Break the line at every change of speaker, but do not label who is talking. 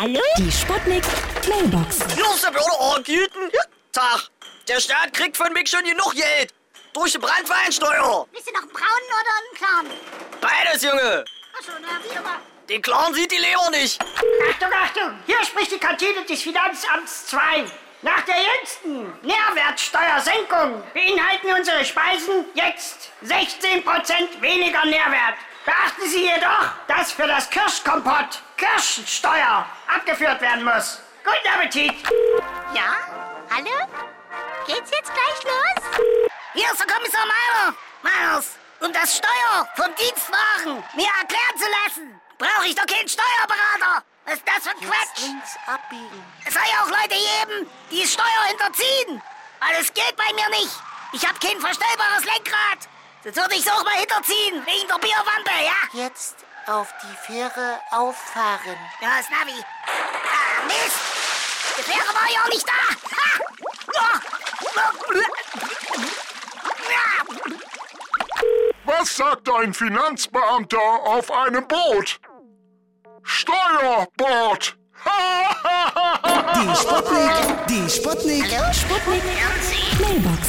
Hallo?
Die Sputnik Mailbox.
Bloß der Blöde Tag. Der Staat kriegt von mich schon genug Geld. Durch die Brandweinsteuer.
Bist du noch einen braunen oder einen klaren?
Beides, Junge.
Achso, na, wie immer.
Den Clown sieht die Leber nicht.
Achtung, Achtung! Hier spricht die Kantine des Finanzamts 2. Nach der jüngsten Nährwertsteuersenkung beinhalten unsere Speisen jetzt 16% weniger Nährwert. Beachten Sie jedoch, dass für das Kirschkompott Kirschensteuer abgeführt werden muss. Guten Appetit!
Ja? Hallo? Geht's jetzt gleich los?
Hier ist der Kommissar Meiner. Meiners, um das Steuer vom Dienstwagen mir erklären zu lassen, brauche ich doch keinen Steuerberater. Was ist das für ein Quatsch?
Links abbiegen.
Es soll ja auch Leute geben, die Steuer hinterziehen. Aber das geht bei mir nicht. Ich habe kein verstellbares Lenkrad. Sonst würde ich es auch mal hinterziehen, wegen der Bierwampe, ja?
Jetzt auf die Fähre auffahren.
Ja, das Navi. Ah, Mist! Die Fähre war ja auch nicht da! Ha! Ah! Ah!
Was sagt ein Finanzbeamter auf einem Boot? Steuerbord!
Die Sputnik, die Sputnik.
Sputnik Mailbox.